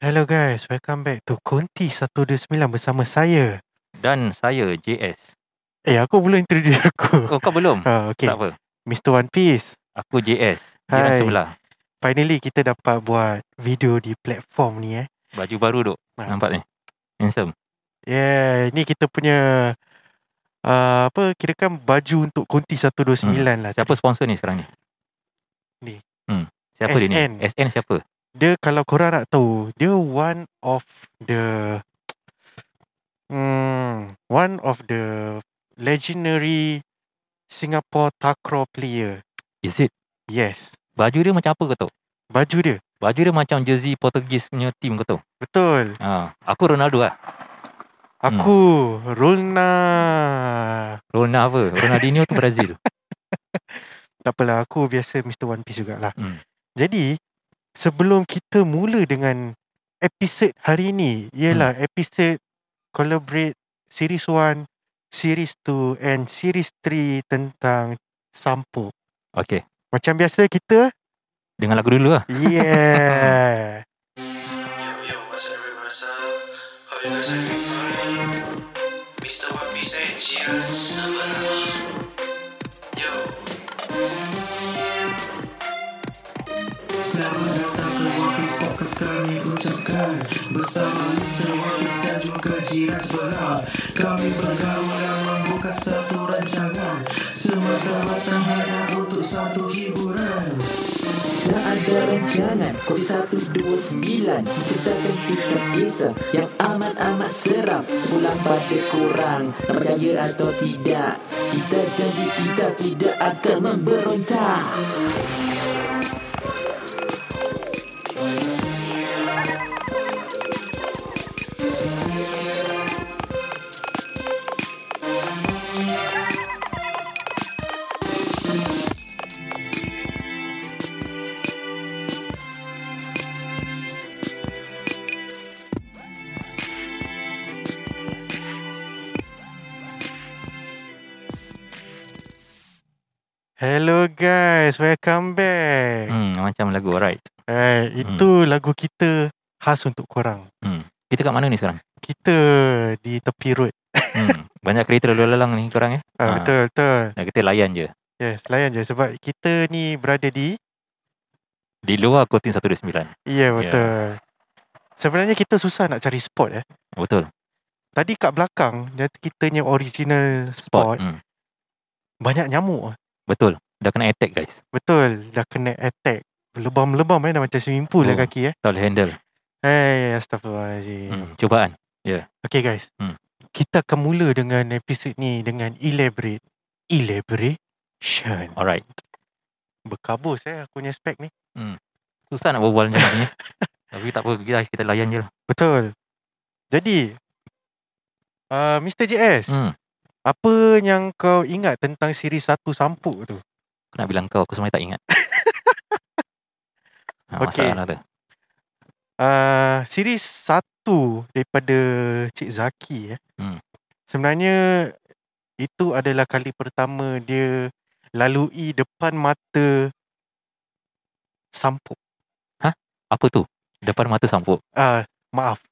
Hello guys, welcome back to Konti 129 bersama saya. Dan saya JS. Eh, aku belum introduce aku. Oh, kau belum? Ha, okay. Tak apa. Mr. One Piece. Aku JS. Jiran Hai. sebelah. Finally kita dapat buat video di platform ni eh. Baju baru duk. Ha. Nampak ni. Handsome. Yeah, ni kita punya uh, apa kirakan baju untuk Konti 129 lah. Siapa sponsor ni sekarang ni? Ni. Hmm. Siapa dia ni? SN. SN siapa? Dia kalau korang nak tahu, dia one of the hmm, one of the legendary Singapore takraw player. Is it? Yes. Baju dia macam apa kau tahu? Baju dia Baju dia macam jersey Portuguese punya team kau tahu? Betul. Ha. Aku Ronaldo lah. Aku Hmm. Rulna. Rona apa? Ronaldinho tu Brazil. Tak apalah aku biasa Mr One Piece jugalah. Hmm. Jadi sebelum kita mula dengan episod hari ni ialah hmm. episod collaborate series 1, series 2 and series 3 tentang Sampo. Okay. Macam biasa kita Dengan lagu dulu lah. yeah. Yo, yo, what's up, what's up? Hope you guys are doing fine. Mr. One Piece and Jiren Sebelah. Yo. Selamat datang ke One Piece Podcast kami ucapkan Bersama Mr. One Piece dan juga Jiran Sebelah Kami bergaul dan membuka satu rancangan Semata-mata hanya untuk satu hiburan Tak ada rencana Kodi 129 Menceritakan kisah-kisah Yang amat-amat seram Pulang pada korang Tak percaya atau tidak Kita janji kita tidak akan memberontak Hello guys, welcome back. Hmm, macam lagu. Alright. Alright, Eh, itu lagu kita khas untuk korang. Kita kat mana ni sekarang? Kita di tepi road. Hmm. Banyak kereta lalu lalang ni korang ya. Ah, Ah. betul betul. Nak kita layan je. Yes, layan je sebab kita ni berada di Di luar Kotin 129. Ya, yeah, betul. Sebenarnya kita susah nak cari spot eh. Betul. Tadi kat belakang dia kitanya original spot, Spot. Hmm. banyak nyamuk. ah. Betul. Dah kena attack guys. Betul, dah kena attack. Lebam-lebam eh dah macam swimming pool lah Oh. kaki eh. Tak boleh handle. Hai, astagfirullahalazim. Hmm. Hmm. Cubaan. Okay guys. Hmm. Kita akan mula dengan episod ni dengan elaborate. Elaboration. Alright. Berkabus eh aku punya spek ni. Susah nak berbual macam ni. Tapi tak apa, guys, kita layan je lah. Betul. Jadi uh, Mr JS, Hmm. Apa yang kau ingat tentang siri satu sampuk tu? Aku nak bilang kau, aku sebenarnya tak ingat. ha, Okay. Masalah tu. Uh, siri satu daripada Cik Zaki eh. Hmm. Sebenarnya itu adalah kali pertama dia lalui depan mata sampuk. Apa tu? Depan mata sampuk. Ah, uh, maaf.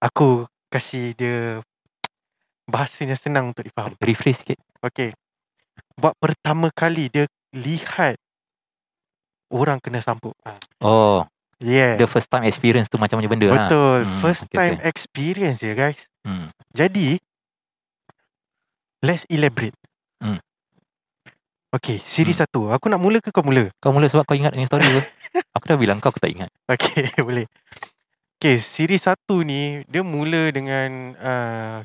Aku kasih dia bahasanya senang untuk difaham. Rephrase sikit. Okey. Buat pertama kali dia lihat orang kena sampuk. Oh, Yeah. the first time experience tu macam macam benda lah. Betul. Hmm, First okey, time experience ya guys. Hmm. Jadi let's elaborate. Hmm. Okay, siri Hmm. satu. Aku nak mula ke kau mula? Kau mula sebab kau ingat dengan story tu. aku dah bilang kau, aku tak ingat. Okay, boleh. Okay, siri satu ni dia mula dengan uh,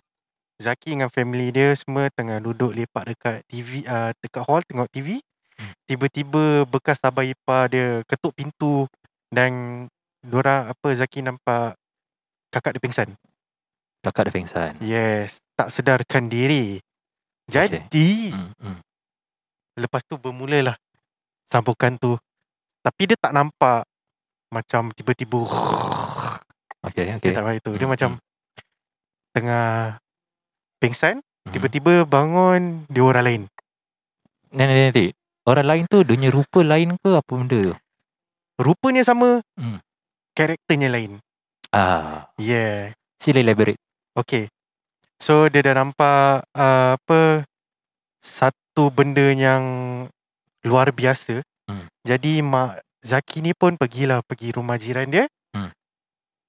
Zaki dengan family dia semua tengah duduk lepak dekat TV uh, dekat hall tengok TV. Hmm. Tiba-tiba bekas abang ipar dia ketuk pintu dan Dora apa Zaki nampak kakak dia pingsan. Hmm. Kakak ada pengsan. Yes, tak sedarkan diri. Okey. Jadi, Hmm. hmm. lepas tu bermulalah sambukan tu. Tapi dia tak nampak macam tiba-tiba Okay, dia okay. tak nampak itu. Dia Hmm, macam tengah pingsan, Mhm. tiba-tiba bangun dia orang lain. Nanti, nanti, nanti. Orang lain tu dunia rupa lain ke apa benda tu? Rupanya sama, Hmm. karakternya lain. Ah, Yeah. sila elaborate. Okay. So dia dah nampak uh, apa satu benda yang luar biasa. Hmm. Jadi mak Zaki ni pun pergilah pergi rumah jiran dia. Hmm.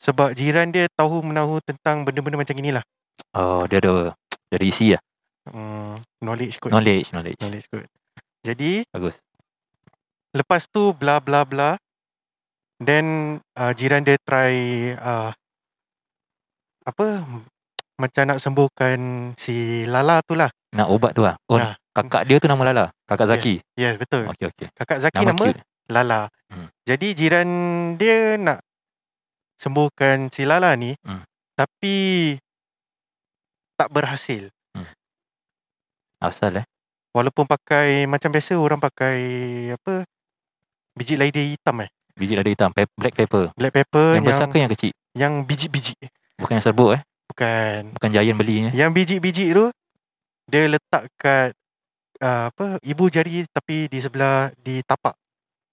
Sebab jiran dia tahu menahu tentang benda-benda macam inilah. Oh, dia ada dia ada isi lah. Hmm, knowledge kot. Knowledge, knowledge. Knowledge kot. Jadi Bagus. lepas tu bla bla bla. Then uh, jiran dia try uh, apa macam nak sembuhkan si Lala tu lah. Nak ubat tu lah. Oh, Ah. kakak dia tu nama Lala. Kakak Yeah. Zaki. Yes, betul. Okey, okey. Kakak Zaki Nama, nama, cute. Lala. Hmm. Jadi jiran dia nak sembuhkan si Lala ni Hmm. tapi tak berhasil. Asal eh. Walaupun pakai macam biasa orang pakai apa biji lada hitam eh. Biji lada hitam. Pep- black pepper. Black pepper Yang Oh, yang besar yang, ke yang kecil? yang biji-biji Bukan yang serbuk eh. bukan. Bukan giant eh. belinya. Yang biji-biji tu dia letak kat uh, apa ibu jari tapi di sebelah di tapak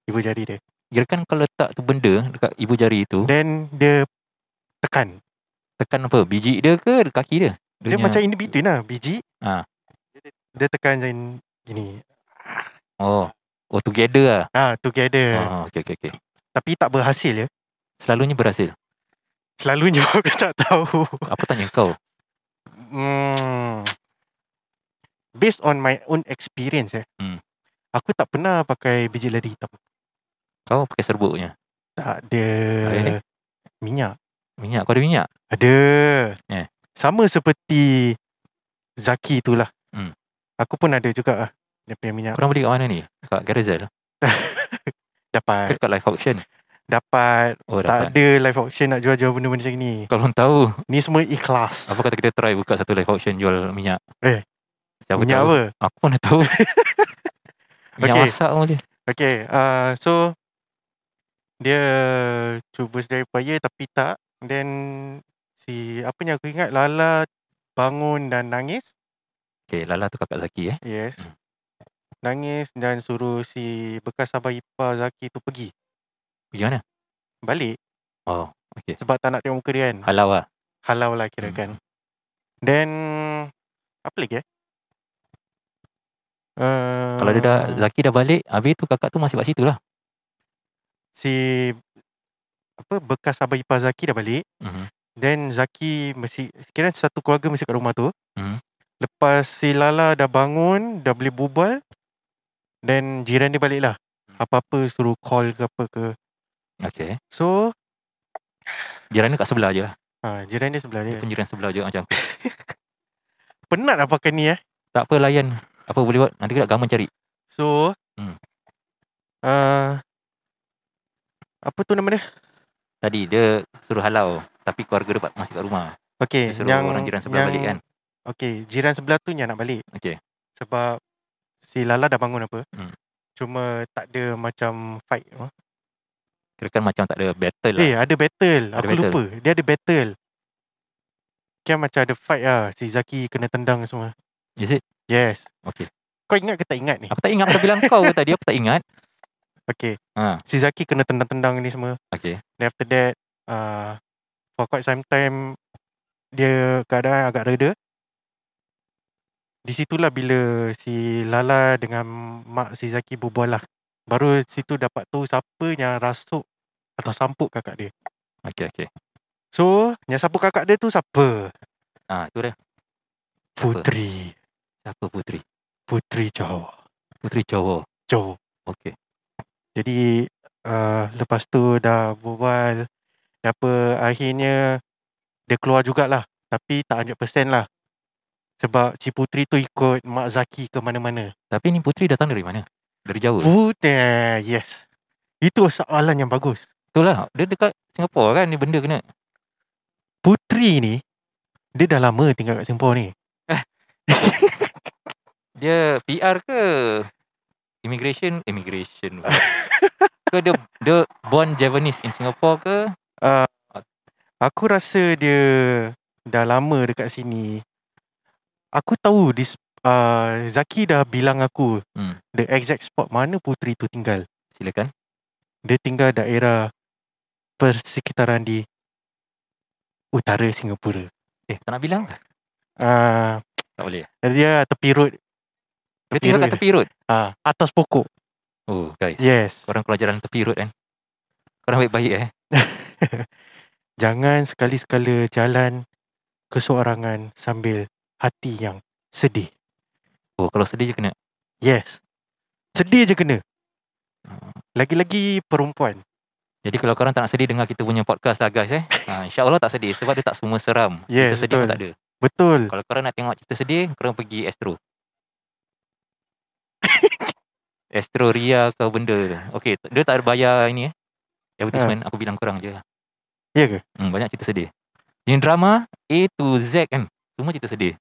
ibu jari dia. Kira kan kalau letak tu benda dekat ibu jari tu, Then dia tekan tekan apa? Biji dia ke kaki dia? Dia punya- macam in between lah Biji Ah. Dia- Dia tekan macam Gini Oh. Oh, together lah. ah Together Oh, okey, okey, okey. Tapi tak berhasil ya Selalunya berhasil. Selalunya aku tak tahu Apa tanya kau? hmm. Based on my own experience ya Hmm. Aku tak pernah pakai biji lada hitam Kau pakai serbuknya. Tak ada Eh? Minyak Minyak. Kau ada minyak? Ada Eh. Sama seperti Zaki tu lah Hmm. Aku pun ada juga ah Dia punya minyak Korang beli kat mana ni? Kat Carousel? Ke Dapat kat live auction? Dapat Tak Oh, dapat. ada live auction nak jual-jual benda macam ni Kalau orang tahu, Ni semua ikhlas. apa kata kita try buka satu live auction jual minyak? Eh, Siapa Minyak tahu? apa? Aku mana tahu. minyak Okey. masak pun boleh. Okay, uh, so dia cuba sedaya upaya tapi tak. Then si apa yang aku ingat Lala bangun dan nangis. Okay, Lala tu kakak Zaki eh. Yes. Hmm. Nangis dan suruh si bekas abang ipar Zaki tu pergi. Pergi mana? Balik. Oh, okey. Sebab tak nak tengok muka dia kan. Halau lah. Halau lah kira Hmm. kan. Then apa lagi eh? Uh, Kalau dia dah, Zaki dah balik, habis tu kakak tu masih kat situ lah. si apa bekas abang ipar Zaki dah balik. Mhm. Then Zaki mesti kira satu keluarga mesti kat rumah tu. Mhm. Lepas si Lala dah bangun, dah boleh bubal. Then jiran dia balik lah. Hmm. Apa-apa suruh call ke apa ke. Okey. So, Jiran dia kat sebelah je lah. ha, jiran dia sebelah Dia dia. pun jiran sebelah je macam aku. Penat lah pakai ni eh. Tak apa layan. Apa boleh buat? Nanti kita gaman cari. So, Hmm. uh, apa tu nama dia? Tadi dia suruh halau. Tapi keluarga dia masih kat rumah. Okay, Dia suruh orang jiran sebelah balik kan. Okay, jiran sebelah tu yang nak balik. Okey. Sebab si Lala dah bangun apa. Hmm. Cuma tak ada macam fight. Oh. Kira kan macam tak ada battle lah. Eh, ada battle. Ada Aku battle. lupa. Dia ada battle. Kan macam ada fight lah. Si Zaki kena tendang semua. Is it? Yes. Okey. Kau ingat ke tak ingat ni? Aku tak ingat. Aku dah bilang kau ke tadi. Aku tak ingat. Okay. Ha. Si Zaki kena tendang-tendang ni semua. Okay. Then after that, uh, for quite some time, dia keadaan agak reda. Di situlah bila si Lala dengan mak si Zaki berbual lah. Baru situ dapat tahu siapa yang rasuk atau sampuk kakak dia. Okay, okay. So, yang sampuk kakak dia tu siapa? Ah, tu dia. Siapa? Putri. Siapa Putri? Putri Johor. Putri Jawa. Johor. Okay. Jadi uh, lepas tu dah berbual dah apa akhirnya dia keluar jugalah tapi tak 100% lah. Sebab si Putri tu ikut Mak Zaki ke mana-mana. Tapi ni Putri datang dari mana? Dari Jawa. Putri, yes. Itu soalan yang bagus. Betul lah. Dia dekat Singapura kan. Ni benda kena. Putri ni, dia dah lama tinggal kat Singapura ni. Dia PR ke? Immigration? Immigration. pula. ke dia, dia born Javanese in Singapore ke? Aku rasa dia dah lama dekat sini. Aku tahu this, uh, Zaki dah bilang aku Hmm. the exact spot mana Putri tu tinggal. Silakan. Dia tinggal daerah persekitaran di utara Singapura. Eh, tak nak bilang ke? Uh, Tak boleh. dia tepi road. Dia tinggal kat road. tepi road. Ah, atas pokok. Oh, guys. Yes. Korang kalau jalan tepi road kan. Korang baik-baik eh. Jangan sekali-sekala jalan keseorangan sambil hati yang sedih. Oh, kalau sedih je kena. Yes. Sedih je kena. Lagi-lagi perempuan. Jadi kalau korang tak nak sedih dengar kita punya podcast lah guys eh. Ha, InsyaAllah tak sedih sebab dia tak semua seram. Yes, cerita sedih betul. pun tak ada. Betul. Kalau korang nak tengok cerita sedih, korang pergi Astro. Astro Ria ke benda tu. Okay, t- dia tak ada bayar ini eh. Advertisement, aku bilang korang je. lah. Ya ke? Hmm, banyak cerita sedih. Ini drama A to Z kan. Semua cerita sedih.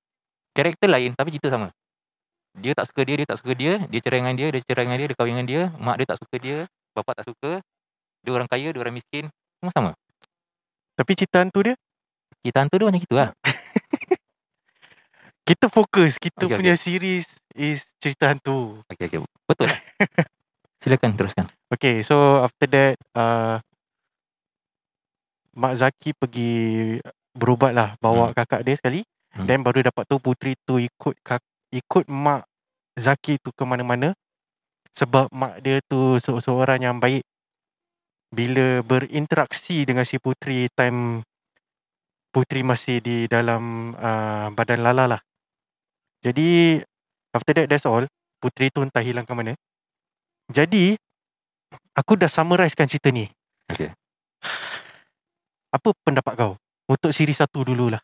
Karakter lain tapi cerita sama. Dia tak suka dia, dia tak suka dia. Dia cerai dengan dia, dia cerai dengan dia, dia kahwin dengan dia. Mak dia tak suka dia, bapak tak suka. Dia orang kaya, dia orang miskin. Semua sama. Tapi cerita hantu dia, Cerita hantu dia macam gitu lah. kita fokus. Kita Okey, okay, punya okay. series is cerita hantu. Okay, okay. Betul lah. Silakan teruskan. Okay, so after that, uh, Mak Zaki pergi berubat lah. Bawa hmm. kakak dia sekali. Hmm. Hmm. Then baru dapat tu putri tu ikut kak, ikut Mak Zaki tu ke mana-mana. Sebab mak dia tu se- seorang yang baik. Bila berinteraksi dengan si putri time putri masih di dalam uh, badan Lala lah. Jadi after that that's all. Putri tu entah hilang ke mana. Jadi aku dah summarizekan cerita ni. Okay. Apa pendapat kau? Untuk siri satu dululah.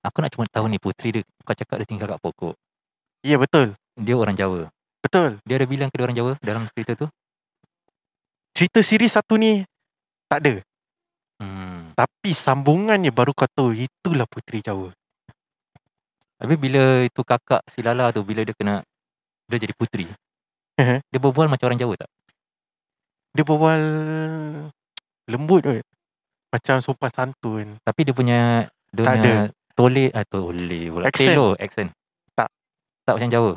Aku nak cuma tahu ni puteri dia kau cakap dia tinggal kat pokok. Ya betul. Dia orang Jawa. Betul. Dia ada bilang ke dia orang Jawa dalam cerita tu? Cerita siri satu ni tak ada. Hmm. Tapi sambungannya baru kau tahu itulah Puteri Jawa. Habis bila itu kakak si Lala tu bila dia kena dia jadi puteri. Eh. Dia berbual macam orang Jawa tak? Dia berbual lembut kot. Macam sopan santun. Tapi dia punya dia Tak punya tole ah tole pula. Accent. Telo accent. Tak. Tak macam Jawa.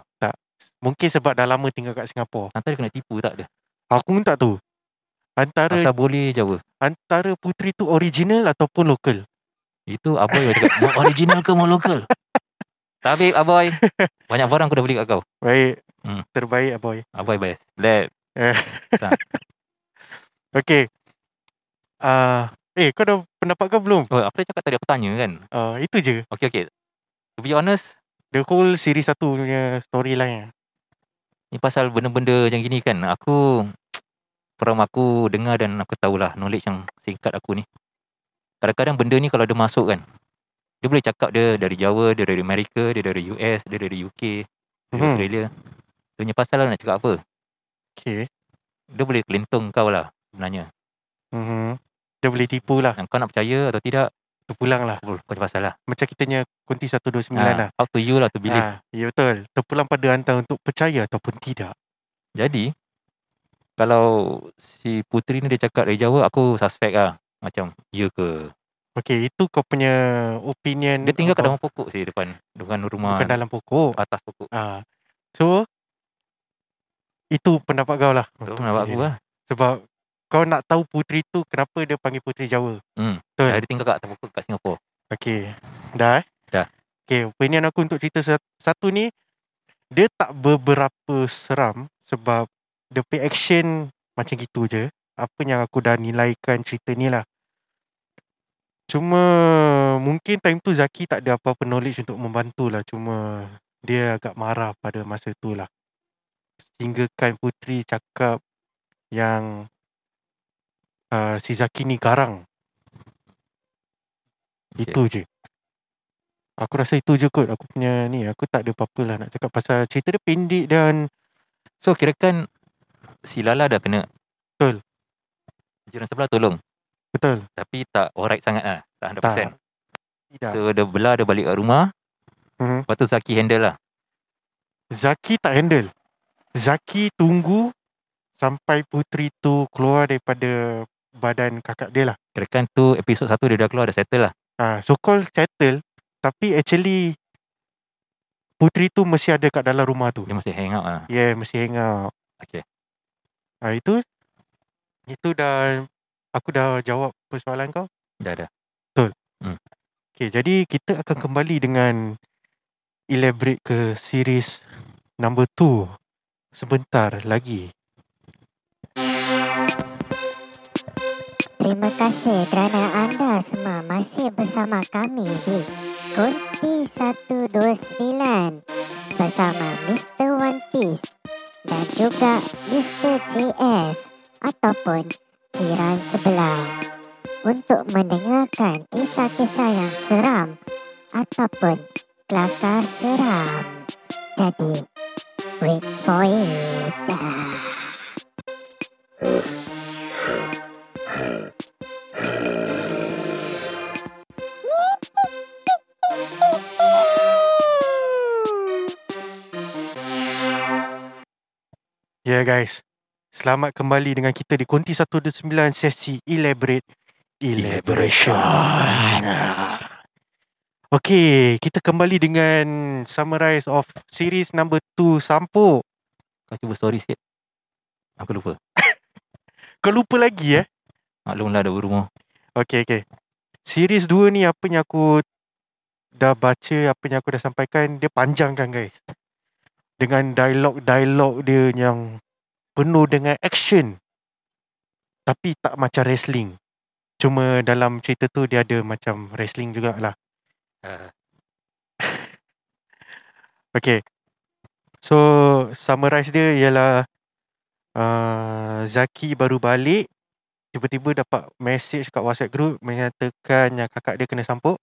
Mungkin sebab dah lama tinggal kat Singapura. Nanti dia kena tipu tak dia? Aku pun tak tahu. Antara Asal boleh Jawa. antara puteri tu original ataupun lokal. Itu Aboy yang cakap Mau original ke mau lokal Tapi Aboy Banyak barang aku dah beli kat kau Baik. Hmm. Terbaik ah, boy. Aboy best Lab Okay. Uh, eh kau dah pendapat kau belum? Oh apa dia cakap tadi aku tanya kan Uh, itu je. Okay okay To be honest The whole series satu punya storyline. Ni pasal benda-benda macam gini kan Aku Peram aku dengar dan aku tahulah Knowledge yang singkat aku ni Kadang-kadang benda ni kalau dia masuk kan Dia boleh cakap dia dari Jawa Dia dari Amerika Dia dari US Dia dari UK Dia dari Mhm. Australia Dia punya pasal lah nak cakap apa Okay. Dia boleh kelentung kau lah Sebenarnya Mm-hmm. Dia boleh tipu lah. Yang kau nak percaya atau tidak Terpulang lah. Kau kau pasal lah Macam kitanya Kunti 129 lah. ha, Up to you lah to believe Ah, ya betul. Terpulang pada hantar untuk percaya ataupun tidak. Jadi Kalau Si puteri ni dia cakap dari Jawa Aku suspect lah Macam Ya ke Okey, itu kau punya opinion. Dia tinggal kat kau, dalam pokok sih Depan Depan rumah bukan dalam pokok. Atas pokok Ah. So itu pendapat kau lah. Itu untuk pendapat pilihan. aku lah Sebab kau nak tahu puteri tu kenapa dia panggil puteri Jawa. Hmm. Betul. Dia tinggal kat atas pokok Kat Singapura Okey. Dah eh? Dah. Okey, opinion aku untuk cerita sat- satu ni dia tak beberapa seram sebab dia punya action macam gitu je. Apa yang aku dah nilaikan cerita ni lah. Cuma mungkin time tu Zaki tak ada apa-apa knowledge untuk membantu lah. Cuma dia agak marah pada masa tu lah. Sehinggakan Putri cakap yang uh, si Zaki ni garang. Okey. Itu je. Aku rasa itu je kot aku punya ni. Aku tak ada apa-apa lah nak cakap pasal cerita dia pendek dan So kirakan Si Lala dah kena Betul. Jiran sebelah tolong betul. Tapi tak alright sangat lah Tak 100% Tak. Tidak. So dia belah Dia balik kat rumah Mhm. Lepas tu Zaki handle lah Zaki tak handle. Zaki tunggu sampai puteri tu keluar daripada badan kakak dia lah. Kirakan kan tu episod 1 dia dah keluar Dah settle lah Ha, so called settle tapi actually puteri tu mesti ada kat dalam rumah tu. Dia masih hang out lah Yeah, mesti hang out. Okay. Ha, itu itu dah aku dah jawab persoalan kau. Dah dah. Okay, jadi kita akan kembali dengan elaborate ke series number 2 sebentar lagi. Terima kasih kerana anda semua masih bersama kami di Kunti 129 bersama Mr. One Piece dan juga Mr. JS ataupun Jiran Sebelah untuk mendengarkan kisah-kisah yang seram ataupun kelakar seram. Jadi, wait for it. Ya yeah, guys, selamat kembali dengan kita di Konti 129 sesi Elaborate Elaboration. Okay, kita kembali dengan summarize of series number 2 Sampo. Kau cuba story sikit. Aku lupa. Kau lupa lagi eh? Maklumlah dah lah berumur. Okay, okay. Series 2 ni apa yang aku dah baca, apa yang aku dah sampaikan, dia panjang kan guys. Dengan dialog-dialog dia yang penuh dengan action. Tapi tak macam wrestling. Cuma dalam cerita tu dia ada macam wrestling jugalah. Uh, Okay. So, summarize dia ialah uh, Zaki baru balik. Tiba-tiba dapat message kat WhatsApp group menyatakan yang kakak dia kena sampuk.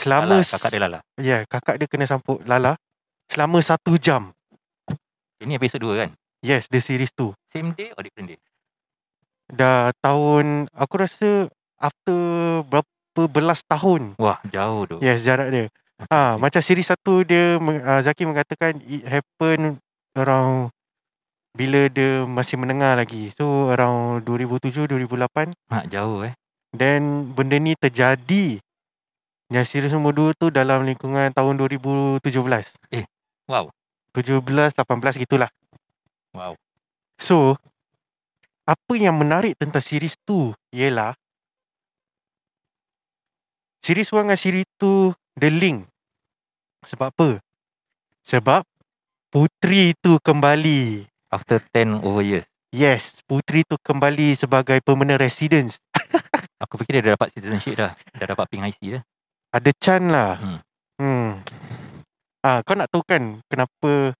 Selama... lala, lah, kakak dia lala. Ya, yeah, kakak dia kena sampuk Lala. Selama satu jam. Ini episod 2 kan? Yes, the series tu. Same day or different day? Dah tahun, aku rasa after berapa belas tahun. Wah, jauh tu. Yes, jarak dia. Ya. Ah, macam siri satu dia meng- ah, Zaki mengatakan it happen around bila dia masih menengah lagi. So around 2007 2008 Mak jauh eh. then benda ni terjadi. Yang siri nombor dua tu dalam lingkungan tahun 2017. Eh, wow. 17 18 gitulah. Wow. So apa yang menarik tentang series tu ialah series 1 dengan series 2 the link. Sebab apa? Sebab puteri tu kembali. After 10 over years. Yes, puteri tu kembali sebagai permanent residence. Aku fikir dia dah dapat citizenship dah. Dah dapat pink IC dah. Ada chance lah. Hmm. Hmm. Ah, kau nak tahu kan kenapa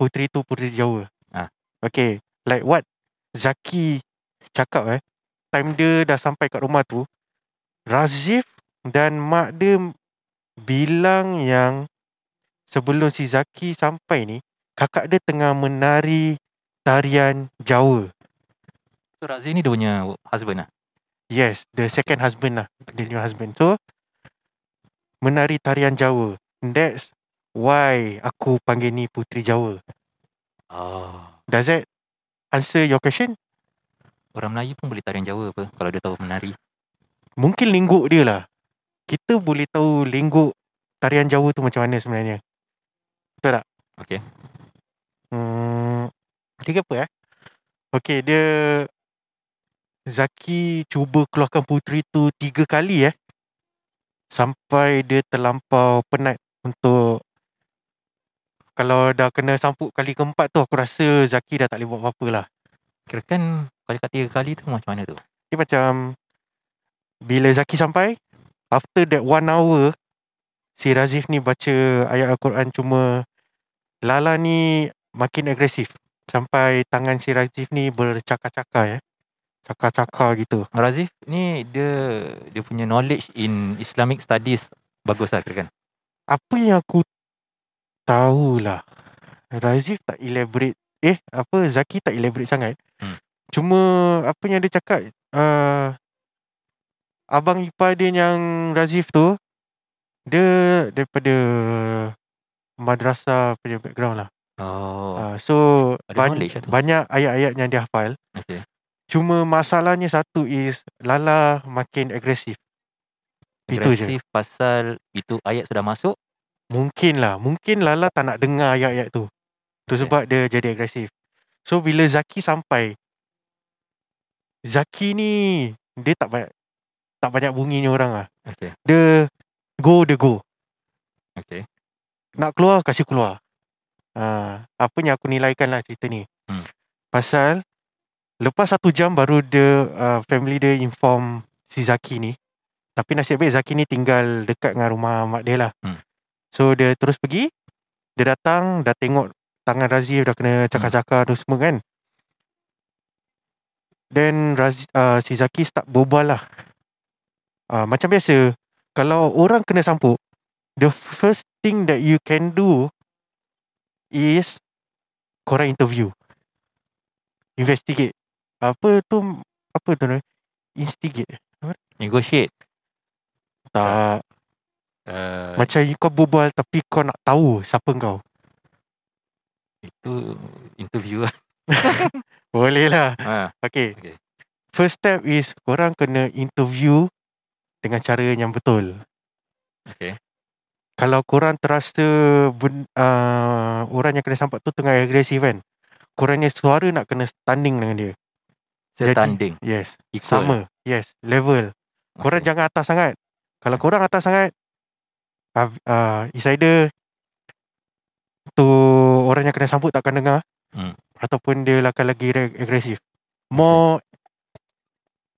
puteri tu puteri Jawa? Ah. Okay, like what Zaki cakap eh. Time dia dah sampai kat rumah tu, Razif dan mak dia bilang yang sebelum si Zaki sampai ni, kakak dia tengah menari tarian Jawa. So Razif ni dia punya husband lah. Yes, the second husband lah. The new husband. So, menari tarian Jawa. That's why aku panggil ni Puteri Jawa. Oh. Does that answer your question? Orang Melayu pun boleh tarian Jawa apa kalau dia tahu menari. Mungkin lenggok dia lah. Kita boleh tahu lenggok tarian Jawa tu macam mana sebenarnya. Betul tak? Okey. Hmm, dia apa eh? Okay, dia... Zaki cuba keluarkan puteri tu tiga kali eh. Sampai dia terlampau penat untuk... Kalau dah kena sampuk kali keempat tu, aku rasa Zaki dah tak boleh buat apa-apa lah. Kirakan kalau cakap tiga kali tu macam mana tu? Dia macam bila Zaki sampai after that one hour si Razif ni baca ayat Al-Quran cuma Lala ni makin agresif sampai tangan si Razif ni bercakar-cakar ya. Cakar-cakar gitu. Razif ni dia dia punya knowledge in Islamic studies bagus lah kirakan. Apa yang aku tahulah Razif tak elaborate eh apa Zaki tak elaborate sangat. Hmm. Cuma apa yang dia cakap uh, abang ipar dia yang Razif tu dia daripada madrasah punya background lah. Oh. Uh, so Ada ban- knowledge lah tu. banyak ayat-ayat yang dia hafal. Okay. Cuma masalahnya satu is Lala makin agresif. Itu je. Agresif pasal itu ayat sudah masuk. Mungkin lah. Mungkin Lala tak nak dengar ayat-ayat tu. Tu Okay. sebab dia jadi agresif. So bila Zaki sampai Zaki ni dia tak banyak tak banyak bunyi ni orang ah. Okay. Dia go dia go. Okay. Nak keluar kasih keluar. Ha, apa yang aku nilaikan lah cerita ni. Hmm. Pasal lepas satu jam baru dia uh, family dia inform si Zaki ni. Tapi nasib baik Zaki ni tinggal dekat dengan rumah mak dia lah. Hmm. So dia terus pergi. Dia datang dah tengok tangan Razif dah kena Hmm. cakar-cakar tu semua kan. Then Raz, uh, si Zaki start berbual lah. Uh, macam biasa, kalau orang kena sampuk, the first thing that you can do is korang interview. Investigate. Apa tu, apa tu nama? Instigate. Negotiate. Tak. Uh, Macam you kau berbual tapi kau nak tahu siapa kau. itu interview lah. Boleh lah. ha. Okay. Okay. First step is korang kena interview dengan cara yang betul. Okay. Kalau korang terasa ben, uh, orang yang kena sampak tu tengah agresif kan. Korang ni suara nak kena standing dengan dia. Jadi, Setanding. Yes. Equal. Sama. Yes. Level. Korang okay. jangan atas sangat. Kalau korang atas sangat, uh, uh, it's either tu orang yang kena sambut takkan dengar Hmm. ataupun dia akan lagi re- agresif. More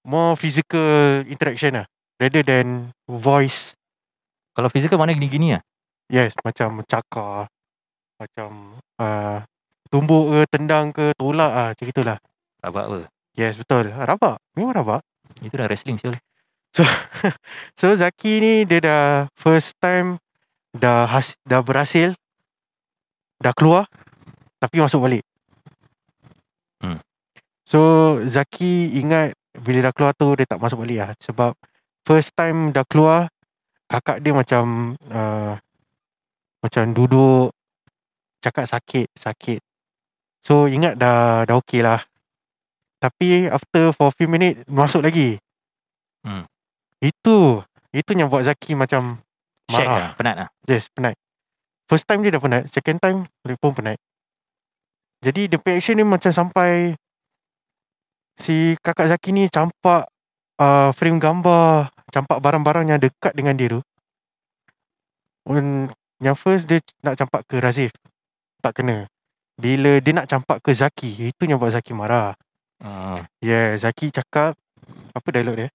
more physical interaction lah rather than voice. Kalau fizikal mana gini-gini lah. Yes, macam cakar, macam uh, tumbuk ke, tendang ke, tolak ah, macam itulah. Tak apa apa. Yes, betul. Rabak. Memang rabak. Itu dah wrestling siul. So Zaki ni dia dah first time dah has, dah berhasil dah keluar tapi masuk balik. Hmm. So Zaki ingat bila dah keluar tu dia tak masuk balik lah sebab first time dah keluar kakak dia macam uh, macam duduk cakap sakit sakit. So ingat dah dah okey lah. Tapi after for few minute masuk lagi. Hmm. Itu Itu yang buat Zaki macam Shack Marah. lah. Penat lah. Yes penat First time dia dah penat Second time Dia pun penat Jadi the action ni macam sampai Si kakak Zaki ni campak uh, Frame gambar Campak barang-barang yang dekat dengan dia tu Un, Yang first dia nak campak ke Razif Tak kena Bila dia nak campak ke Zaki Itu yang buat Zaki marah Uh, Yeah, Ya, Zaki cakap apa dialog dia?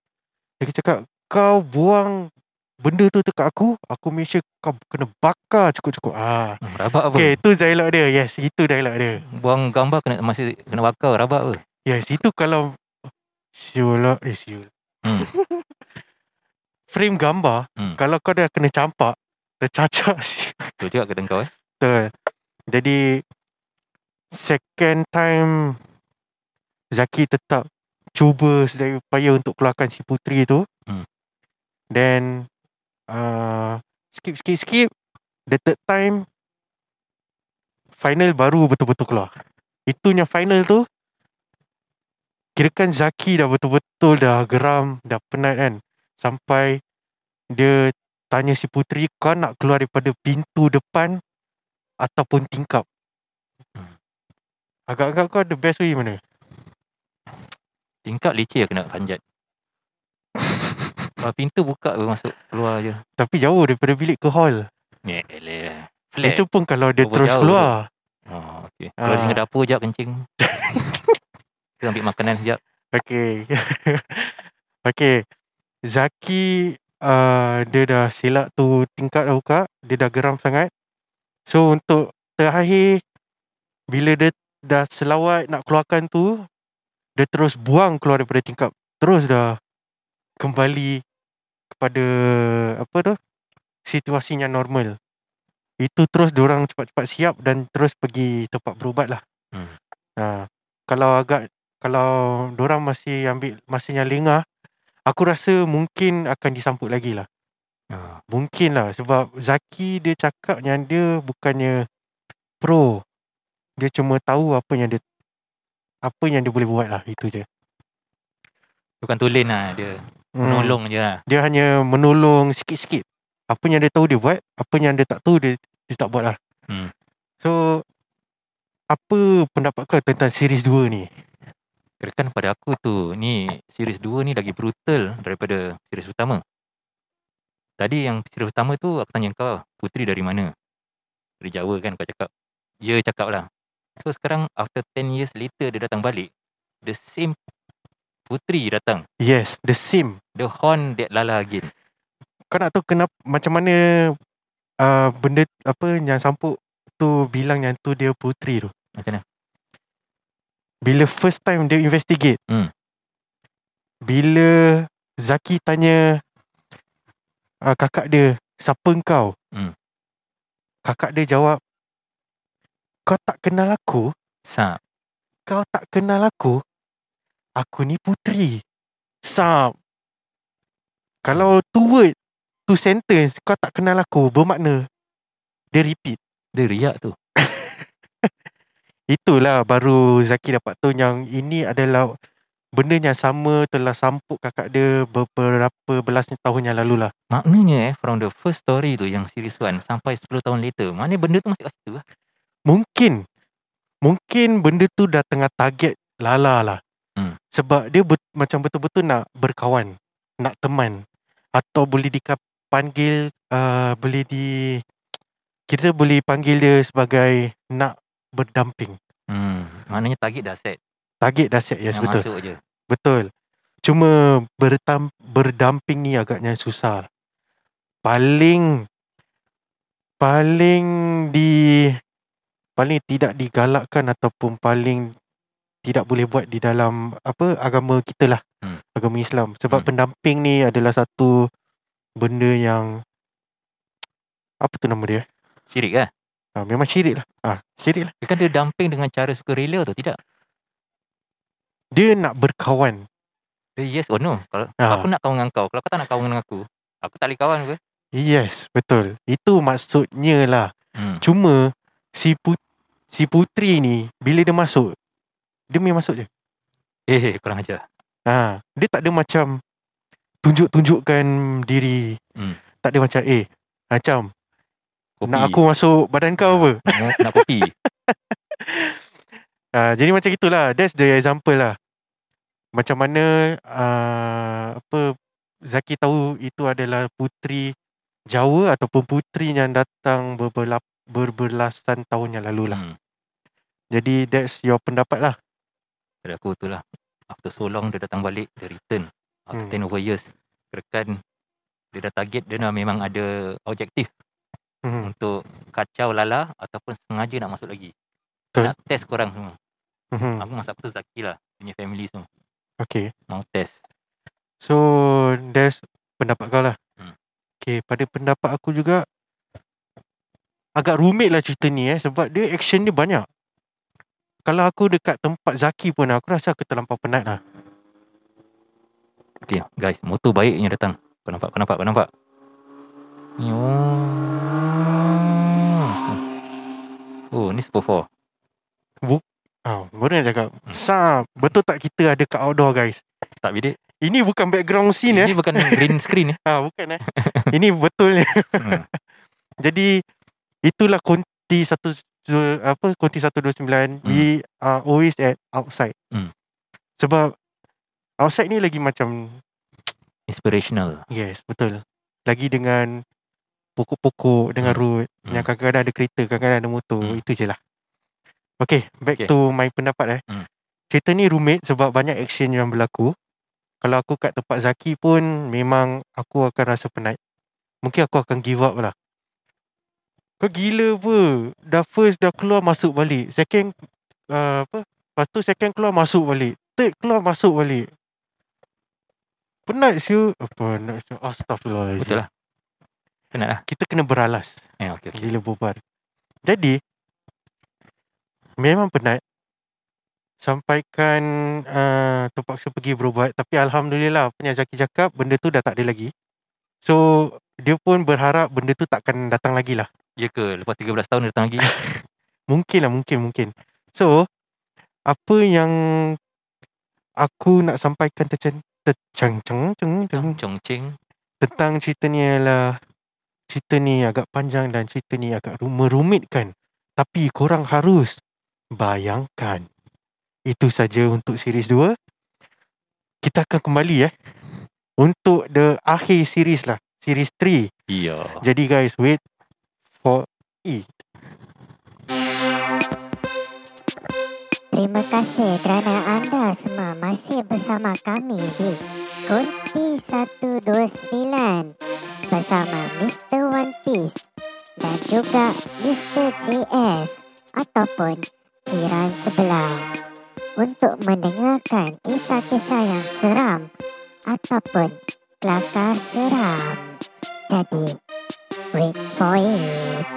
Zaki cakap kau buang benda tu dekat aku, aku make sure kau kena bakar cukup-cukup. Ah. Hmm, rabak apa. Okay, itu dialog dia. Yes, itu dialog dia. Buang gambar kena masih kena bakar. Rabak apa. Yes, itu kalau siul eh siul. Hmm. Frame gambar, Hmm. kalau kau dah kena campak, tercacak Betul juga kata kau eh. Betul. Jadi second time Zaki tetap cuba sedaya upaya untuk keluarkan si putri tu. Hmm. Then uh, skip skip skip the third time final baru betul-betul keluar. Itu yang final tu kirakan Zaki dah betul-betul dah geram, dah penat kan. Sampai dia tanya si putri kau nak keluar daripada pintu depan ataupun tingkap. Hmm. Agak-agak kau the best way mana? Tingkap leceh lah kena panjat. Kalau pintu buka tu masuk keluar je. Tapi jauh daripada bilik ke hall. Ni eleh. Flat. Itu pun kalau dia Oh, terus jauh keluar. Oh, okay. Keluar Ah. sini dapur sekejap kencing. Kita ambil makanan sekejap. Okay. okay. Zaki uh, dia dah silap tu tingkat dah buka. Dia dah geram sangat. So untuk terakhir bila dia dah selawat nak keluarkan tu dia terus buang keluar daripada tingkap. Terus dah kembali kepada apa tu situasinya normal. Itu terus diorang cepat-cepat siap dan terus pergi tempat berubat lah. Hmm. Ha, kalau agak kalau orang masih ambil masanya lengah aku rasa mungkin akan disambut lagi lah Ah. mungkin lah sebab Zaki dia cakap yang dia bukannya pro dia cuma tahu apa yang dia apa yang dia boleh buat lah itu je Bukan tulen lah dia. Menolong je lah. dia hanya menolong sikit-sikit apa yang dia tahu dia buat apa yang dia tak tahu dia dia tak buat lah Hmm. so apa pendapat kau tentang series 2 ni Kirakan pada aku tu Ni series 2 ni lagi brutal Daripada series utama Tadi yang series utama tu Aku tanya kau Puteri dari mana Dari Jawa kan kau cakap Dia cakap lah So sekarang After 10 years later Dia datang balik The same Puteri datang Yes, the same. The horn that lala again Kau nak tahu kenapa macam mana uh, benda apa yang sampuk tu bilang yang tu dia puteri tu. Macam mana Bila first time dia investigate. Hmm. Bila Zaki tanya uh, kakak dia, siapa engkau? Hmm. Kakak dia jawab, kau tak kenal aku? Sap kau tak kenal aku, aku ni puteri. Sab. Kalau two word, two sentence, kau tak kenal aku, bermakna dia repeat. Dia riak tu Itulah baru Zaki dapat tahu yang ini adalah benda yang sama telah sampuk kakak dia beberapa belas tahun yang lalu lah. Maknanya eh From the first story tu Yang series 1 Sampai 10 tahun later Maknanya benda tu masih kat situ lah Mungkin, mungkin benda tu dah tengah target Lala lah. Hmm. Sebab dia bet, macam betul-betul nak berkawan, nak teman. Atau boleh dipanggil, uh, boleh di... Kita boleh panggil dia sebagai nak berdamping. hmm. Maknanya target dah set Target dah set, yes Yang betul. masuk je Betul. Cuma bertam, berdamping ni agaknya susah. Paling paling di paling tidak digalakkan ataupun paling tidak boleh buat di dalam apa agama kita lah. Hmm. Agama Islam. Sebab Hmm. pendamping ni adalah satu benda yang apa tu nama dia? Syirik lah Ha, memang syirik lah. Ha, syirik lah. Dia kan dia dumping dengan cara suka rela tu tidak? Dia nak berkawan. Dia yes or no. Kalau Ha. aku nak kawan dengan kau, kalau kau tak nak kawan dengan aku, aku tak boleh kawan ke? Yes, betul. Itu maksudnya lah. Hmm. Cuma si put si putri ni bila dia masuk dia main masuk je. Eh, hey, kurang ajar. Ha, dia tak ada macam tunjuk-tunjukkan diri. Hmm. Tak ada macam eh macam Kopi. nak aku masuk badan kau apa. Nak, nak kopi. Ha, jadi macam itulah. That's the example lah. Macam mana uh, apa Zaki tahu itu adalah putri Jawa ataupun putri yang datang berberlap, berbelasan tahun yang lalu lah. hmm. Jadi that's your pendapat lah. Dari aku tu lah. After so long, dia datang balik, dia return. After Hmm. 10 over years. Rekan, dia dah target, dia dah memang ada objektif Hmm. untuk kacau Lala ataupun sengaja nak masuk lagi. Betul. Nak test korang semua. Hmm. Aku masa aku tu Zaki lah. Punya family semua. Okay. Mau test. So That's Pendapat kau lah Hmm. Okay Pada pendapat aku juga Agak rumit lah cerita ni eh Sebab dia action dia banyak Kalau aku dekat tempat Zaki pun Aku rasa aku terlampau penat lah Okay, guys, motor baiknya datang. Kau nampak, kau nampak, kau nampak. Ni oh. Oh, ni Super 4. oh, Baru nak cakap Hmm. Sab Betul tak kita ada kat outdoor guys Tak bidik. Ini bukan background scene eh Ini bukan green screen eh. ha, Bukan eh Ini betul Hmm. Jadi itulah konti satu du- apa konti 129 Hmm. we are uh, always at outside. Hmm. Sebab outside ni lagi macam Inspirational. yes betul. Lagi dengan pokok-pokok dengan Hmm. road Hmm. yang kadang-kadang ada kereta, kadang-kadang ada motor, Hmm. itu je lah. Okay, back Okay. to my pendapat eh. Hmm. Cerita ni rumit sebab banyak action yang berlaku. Kalau aku kat tempat Zaki pun memang aku akan rasa penat. Mungkin aku akan give up lah. Kau gila apa? Dah first dah keluar masuk balik. Second uh, apa? Lepas tu second keluar masuk balik. Third keluar masuk balik. Penat siu. Apa nak siu? Astagfirullahaladzim. Betul lah. Penat lah. Kita kena beralas Eh, okay, okay. gila bubar. Jadi memang penat sampaikan uh, terpaksa pergi berubat tapi alhamdulillah apa yang Zaki cakap benda tu dah tak ada lagi. So dia pun berharap benda tu takkan datang lagi lah. Ya ke? Lepas 13 tahun dia datang lagi. Mungkin lah mungkin mungkin. So apa yang aku nak sampaikan tercen tercang ceng ceng ceng Chong Cheng. tentang cerita ni ialah cerita ni agak panjang dan cerita ni agak ru- merumitkan. Tapi korang harus bayangkan Itu saja untuk series 2. Kita akan kembali eh untuk the akhir series lah, series 3. Ya. Jadi guys, wait for it. Terima kasih kerana anda semua masih bersama kami di Kunti 129 bersama Mr. One Piece dan juga Mr. JS ataupun Jiran Sebelah untuk mendengarkan kisah-kisah yang seram ataupun kelakar seram. Jadi, wait for it.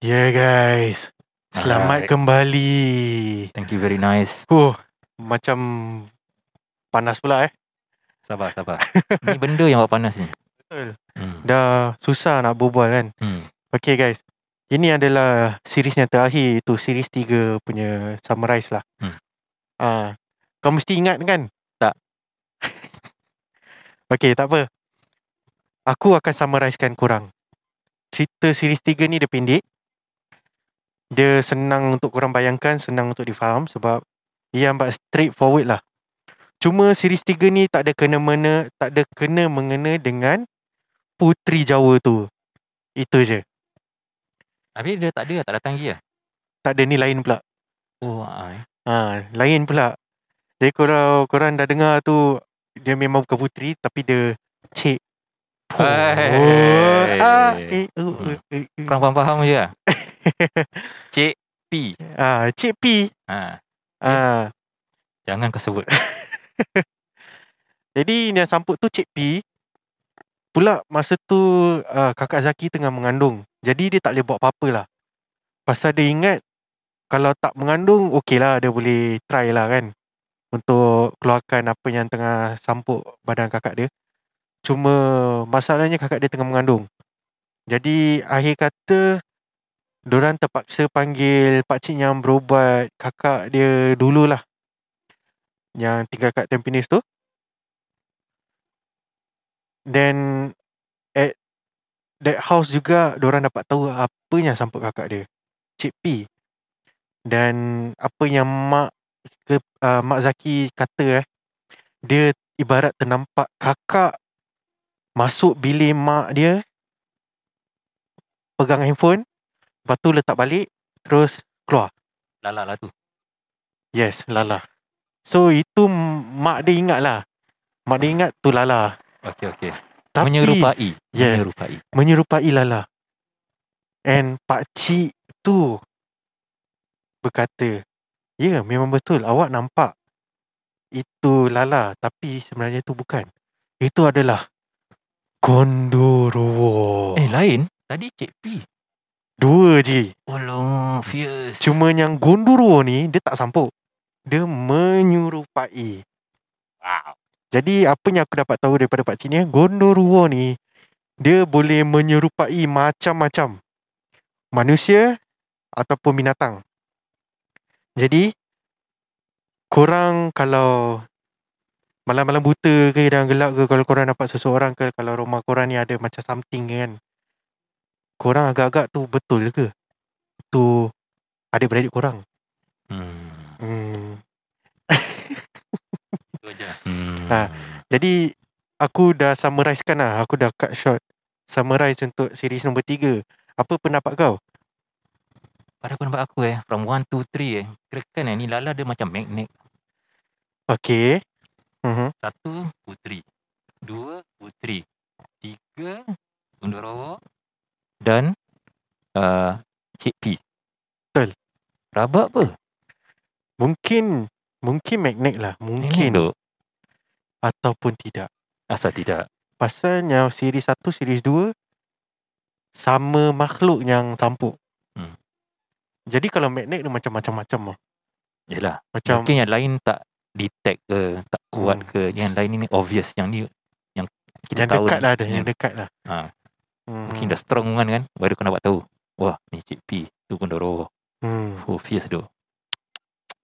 Yeah ya guys. Selamat Alright. kembali. Thank you very nice. Huh, macam panas pula eh. Sabar, sabar. ni benda yang awak panas ni. Betul. Hmm. Dah susah nak berbual kan. Hmm. Okay guys. Ini adalah series yang terakhir itu series 3 punya summarize lah. Hmm. Ah, kau mesti ingat kan? Tak. okay, tak apa. Aku akan summarizekan korang. Cerita series 3 ni dia pendek. Dia senang untuk korang bayangkan, senang untuk difaham sebab dia ambat straightforward lah. Cuma series 3 ni tak ada kena-mengena, tak ada kena-mengena dengan Puteri Jawa tu. Itu je. Habis dia tak ada, tak datang lagi lah. tak ada ni lain pula. Oh, ah, eh. Ha, lain pula. Jadi korang, korang dah dengar tu dia memang bukan puteri tapi dia cik. Puh. Hai. Ah, eh, uh, uh, uh, uh. Kurang faham-faham je lah. Cik P. Ah, cik P. Ha. Ah, Jangan kau sebut. jadi yang sambut tu cik P. Pula masa tu uh, kakak Zaki tengah mengandung. Jadi dia tak boleh buat apa-apa lah. Pasal dia ingat kalau tak mengandung okey lah dia boleh try lah kan. Untuk keluarkan apa yang tengah sampuk badan kakak dia. Cuma masalahnya kakak dia tengah mengandung. Jadi akhir kata Diorang terpaksa panggil pakcik yang berubat kakak dia dululah. Yang tinggal kat Tampines tu. Then at that house juga diorang dapat tahu apa yang sambut kakak dia. Cik P. Dan apa yang mak ke, uh, mak Zaki kata eh. Dia ibarat ternampak kakak masuk bilik mak dia pegang handphone lepas tu letak balik terus Lala lah tu. yes Lala so itu m- mak dia ingat lah mak dia ingat tu Lala Okey, okey. tapi Menyerupai. Yeah. Eh, Menyerupai. menyerupai Lala. And pakcik tu berkata, ya yeah, memang betul awak nampak itu Lala tapi sebenarnya itu bukan. Itu adalah Gondorowo. Eh, lain. Tadi Cik P. Dua je. Alah, fierce. Cuma yang Gondorowo ni dia tak sampuk. Dia menyerupai. Wow. Jadi apa yang aku dapat tahu daripada pakcik ni Gondoruo ni Dia boleh menyerupai macam-macam Manusia Ataupun binatang Jadi Korang kalau Malam-malam buta ke dan gelap ke Kalau korang dapat seseorang ke Kalau rumah korang ni ada macam something ke kan Korang agak-agak tu betul ke Tu Adik-beradik korang Hmm. hmm. Itu aja. Hmm. Ah. Jadi aku dah summarizekan lah. Aku dah cut short summarize untuk series nombor 3. Apa pendapat kau? Pada pendapat aku eh, from 1 to 3 eh, kirakan eh, ni Lala dia macam magnet. Okay. Mhm. Satu, puteri. Dua, puteri. Tiga, Gondorowo. Dan uh, Cik P. Betul. Rabak apa? Mungkin mungkin magnet lah. Magnet Mungkin tu. ataupun tidak. Asal tidak. Pasal yang series 1, series 2 sama makhluk yang tampuk. Hmm. Jadi kalau magnet dia macam-macam-macam lah. Yelah. Macam Mungkin yang lain tak detect ke, tak kuat Hmm. ke. Yang lain ni obvious. Yang ni, yang kita yang tahu. dekat lah ada. yang Yang dekat lah. Ha. Hmm. Mungkin dah strong kan kan. Baru kena buat tahu. Wah, ni Cik P. Tu Gondorowo. Hmm. Oh, fierce tu.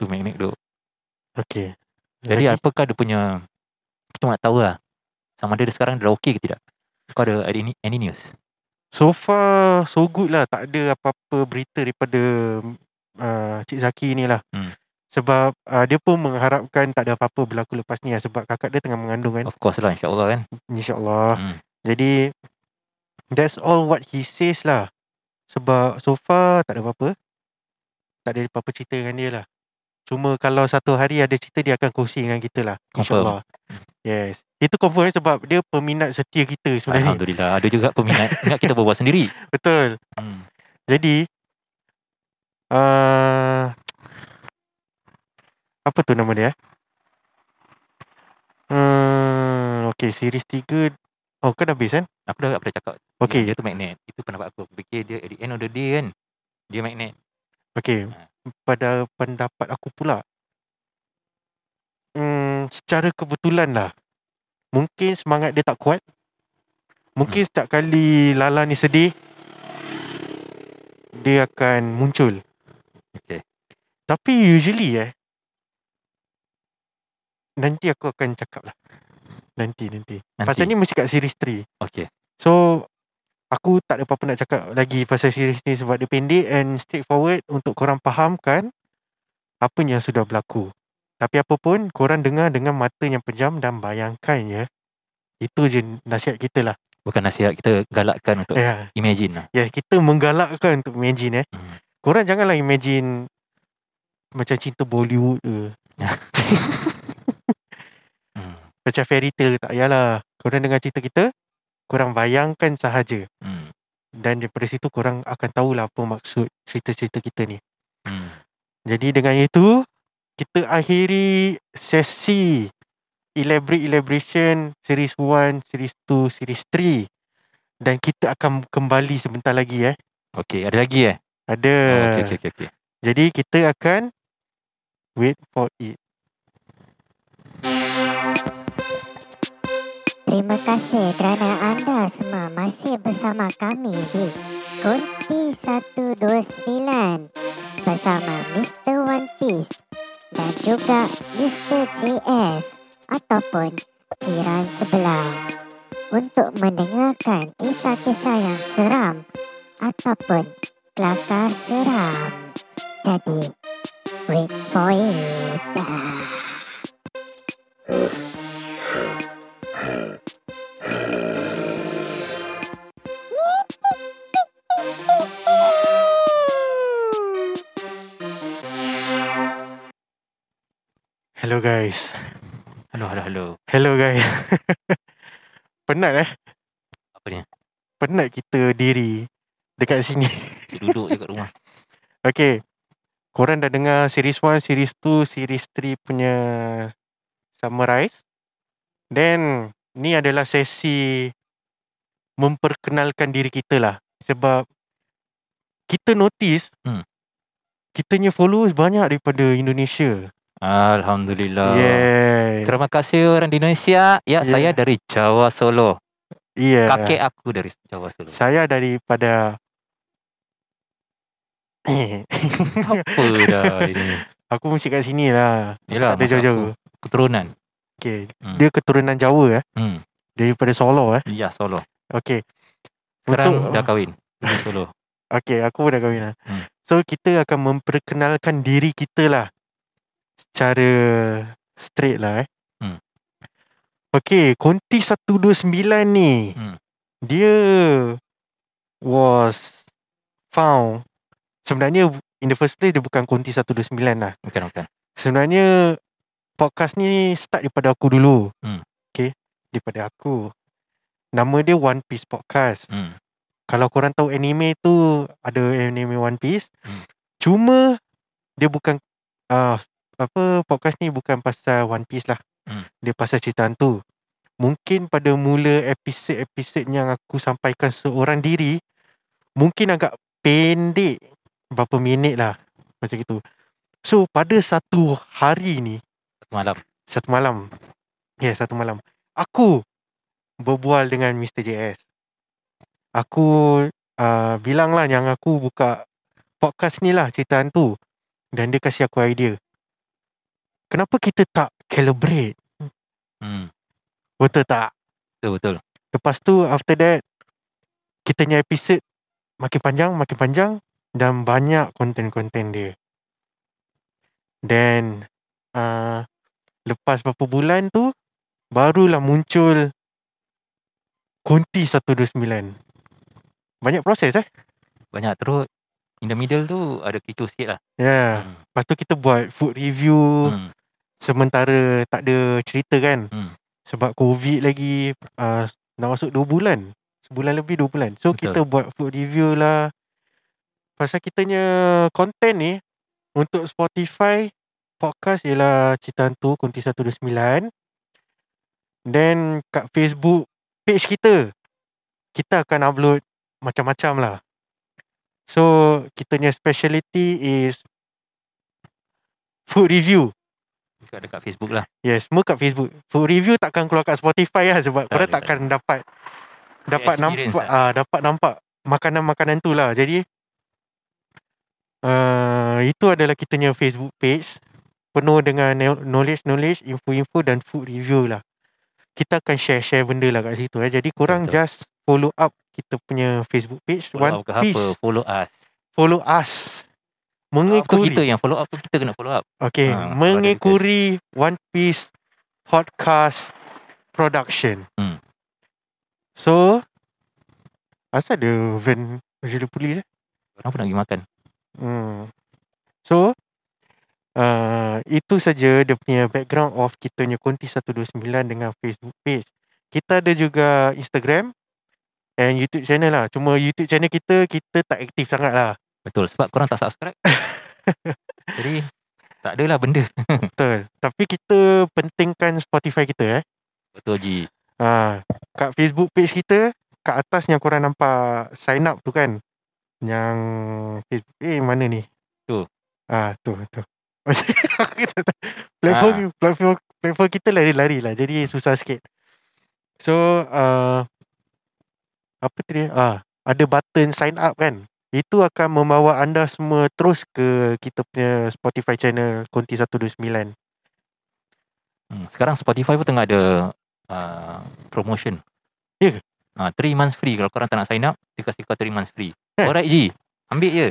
Tu magnet tu. Okay. Jadi Lagi- apakah dia punya Kita nak tahu lah Sama ada dia sekarang Dia dah okey ke tidak Kau ada any, any news So far so good lah tak ada apa-apa berita daripada uh, Cik Zaki ni lah. Hmm. Sebab uh, dia pun mengharapkan tak ada apa-apa berlaku lepas ni lah sebab kakak dia tengah mengandung kan Of course lah insyaAllah kan insyaAllah. Hmm. Jadi that's all what he says lah. Sebab so far tak ada apa-apa. Tak ada apa-apa cerita dengan dia lah. Cuma kalau satu hari ada cerita dia akan kongsi dengan kita lah. InsyaAllah. Hmm. Yes. Itu confirm eh, sebab dia peminat setia kita sebenarnya. Alhamdulillah Ada juga peminat Ingat kita berbual sendiri Betul. hmm. Jadi uh, Apa tu nama dia eh? Hmm, okay, series 3 Oh, kau dah habis kan? Aku dah pernah cakap Okay, dia, dia tu magnet Itu pendapat aku Aku fikir dia At the end of the day kan Dia magnet okay Pada pendapat aku pula hmm, Secara kebetulan lah Mungkin semangat dia tak kuat Mungkin setiap kali Lala ni sedih Dia akan muncul Okay Tapi usually eh Nanti aku akan cakap lah Nanti nanti, nanti. Nanti. Pasal ni masih kat series 3 Okay So Aku tak ada apa-apa nak cakap lagi Pasal series ni Sebab dia pendek And straightforward Untuk korang fahamkan Apa yang sudah berlaku Tapi apa pun Korang dengar dengan mata yang pejam Dan bayangkan ya Itu je nasihat kita lah Bukan nasihat Kita galakkan untuk Ya Imagine lah Ya, kita menggalakkan untuk imagine eh. Hmm. Korang janganlah imagine macam cinta Bollywood ke. Ya. Hmm. Macam fairy tale tak payahlah. Korang dengar cerita kita, korang bayangkan sahaja. hmm. Dan daripada situ korang akan tahulah apa maksud cerita-cerita kita ni. Hmm. Jadi dengan itu, kita akhiri sesi Elaborate Elaboration Series 1, Series 2, Series 3. Dan kita akan kembali sebentar lagi eh. Okay ada lagi eh Ada. oh, okay, okay, okay, okay. Jadi kita akan wait for it. Terima kasih kerana anda semua masih bersama kami di Kunti 129 bersama Mr. One Piece dan juga Mr. JS ataupun Jiran Sebelah untuk mendengarkan kisah-kisah yang seram ataupun kelakar seram. Jadi, wait for it. Hello guys. Hello hello hello Hello guys. Penat eh? Apa ni? Penat kita diri dekat sini. Cik duduk je kat rumah Okay. Korang dah dengar series 1, series 2, series 3 punya summarize. Then ni adalah sesi memperkenalkan diri kita lah. Sebab kita notice Hmm. kitanya followers banyak daripada Indonesia. Alhamdulillah Yeah. Terima kasih orang di Indonesia Ya yeah. Ya. saya dari Jawa Solo Yeah. Kakek aku dari Jawa Solo Saya daripada Apa dah ini Aku mesti kat sini lah Yelah Tak ada masa jauh-jauh aku Keturunan okay. Hmm. Dia keturunan Jawa eh hmm. Daripada Solo eh Ya Solo Okay Sekarang Untuk- dah kahwin Dari Solo Okay, aku pun dah kahwin lah. Hmm. So, kita akan memperkenalkan diri kita lah. Secara straight lah eh. Hmm. Okay, Konti 129 ni. Hmm. Dia was found. Sebenarnya, in the first place, dia bukan Konti 129 lah. Bukan bukan Sebenarnya, podcast ni start daripada aku dulu. Hmm. Okay, daripada aku. Nama dia One Piece Podcast hmm. kalau korang tahu anime tu ada anime One Piece. Hmm. Cuma dia bukan uh, apa podcast ni bukan pasal One Piece lah. Hmm. Dia pasal cerita hantu. Mungkin pada mula episod-episod yang aku sampaikan seorang diri mungkin agak pendek berapa minit lah macam itu. So pada satu hari ni Satu Malam satu malam. Ya, yeah, satu malam. Aku berbual dengan Mr. JS. Aku uh, bilanglah yang aku lah, buka podcast ni lah cerita hantu. Dan dia kasih aku idea. Kenapa kita tak calibrate? Hmm. Betul tak? Betul betul. Lepas tu after that kita punya episode makin panjang makin panjang dan banyak konten-konten dia. Then uh, lepas berapa bulan tu barulah muncul Kunti 129. Banyak proses eh. Banyak terus in the middle tu ada gitu sikit lah. Ya. Yeah. Lepas tu kita buat food review. Hmm. sementara tak ada cerita kan Hmm. sebab covid lagi uh, nak masuk 2 bulan sebulan lebih 2 bulan so Betul. kita buat food review lah pasal kitanya konten ni untuk Spotify podcast ialah cerita hantu kunti 129 then kat Facebook page kita kita akan upload macam-macam lah so kitanya speciality is food review Dekat, dekat Facebook lah. Yes, semua kat Facebook. Food review takkan keluar kat Spotify lah sebab Tak korang ada, takkan tak dapat dapat experience lah. nampak ah dapat nampak makanan-makanan tu lah. Jadi uh, itu adalah kitanya Facebook page penuh dengan ne- knowledge-knowledge, info-info dan food review lah. Kita akan share-share benda lah kat situ eh. Jadi korang Betul. just follow up kita punya Facebook page One Follow up ke Piece. apa, follow us. Follow us. Follow up ke Mengikuti kita yang follow up tu kita kena follow up. Okay, ha, Ah, kalau ada mengekuri One Piece podcast production. Hmm. So, asal ada van Malaysia Polis eh? Orang pun nak pergi makan. Hmm. So, uh, itu saja dia punya background of kita punya konti 129 dengan Facebook page. Kita ada juga Instagram and YouTube channel lah. Cuma YouTube channel kita, kita tak aktif sangat lah. Betul sebab korang tak subscribe. Jadi tak adalah benda. Betul. Tapi kita pentingkan Spotify kita eh. Betul Ji. Ha, kat Facebook page kita, kat atas yang korang nampak sign up tu kan. Yang Facebook, eh mana ni? Tu. Ah, tu, tu. Aku tak tahu. platform, ha. platform, platform kita lari-lari lah. Jadi susah sikit. So, uh, apa tu dia? Ah, ada button sign up kan? Itu akan membawa anda semua terus ke kita punya Spotify channel Konti 129. Hmm. Sekarang Spotify pun tengah ada uh, promotion. Ya ke? Ha, 3 months free kalau korang tak nak sign up, dia kasi kau 3 months free. Eh. Alright Ji. Ambil je.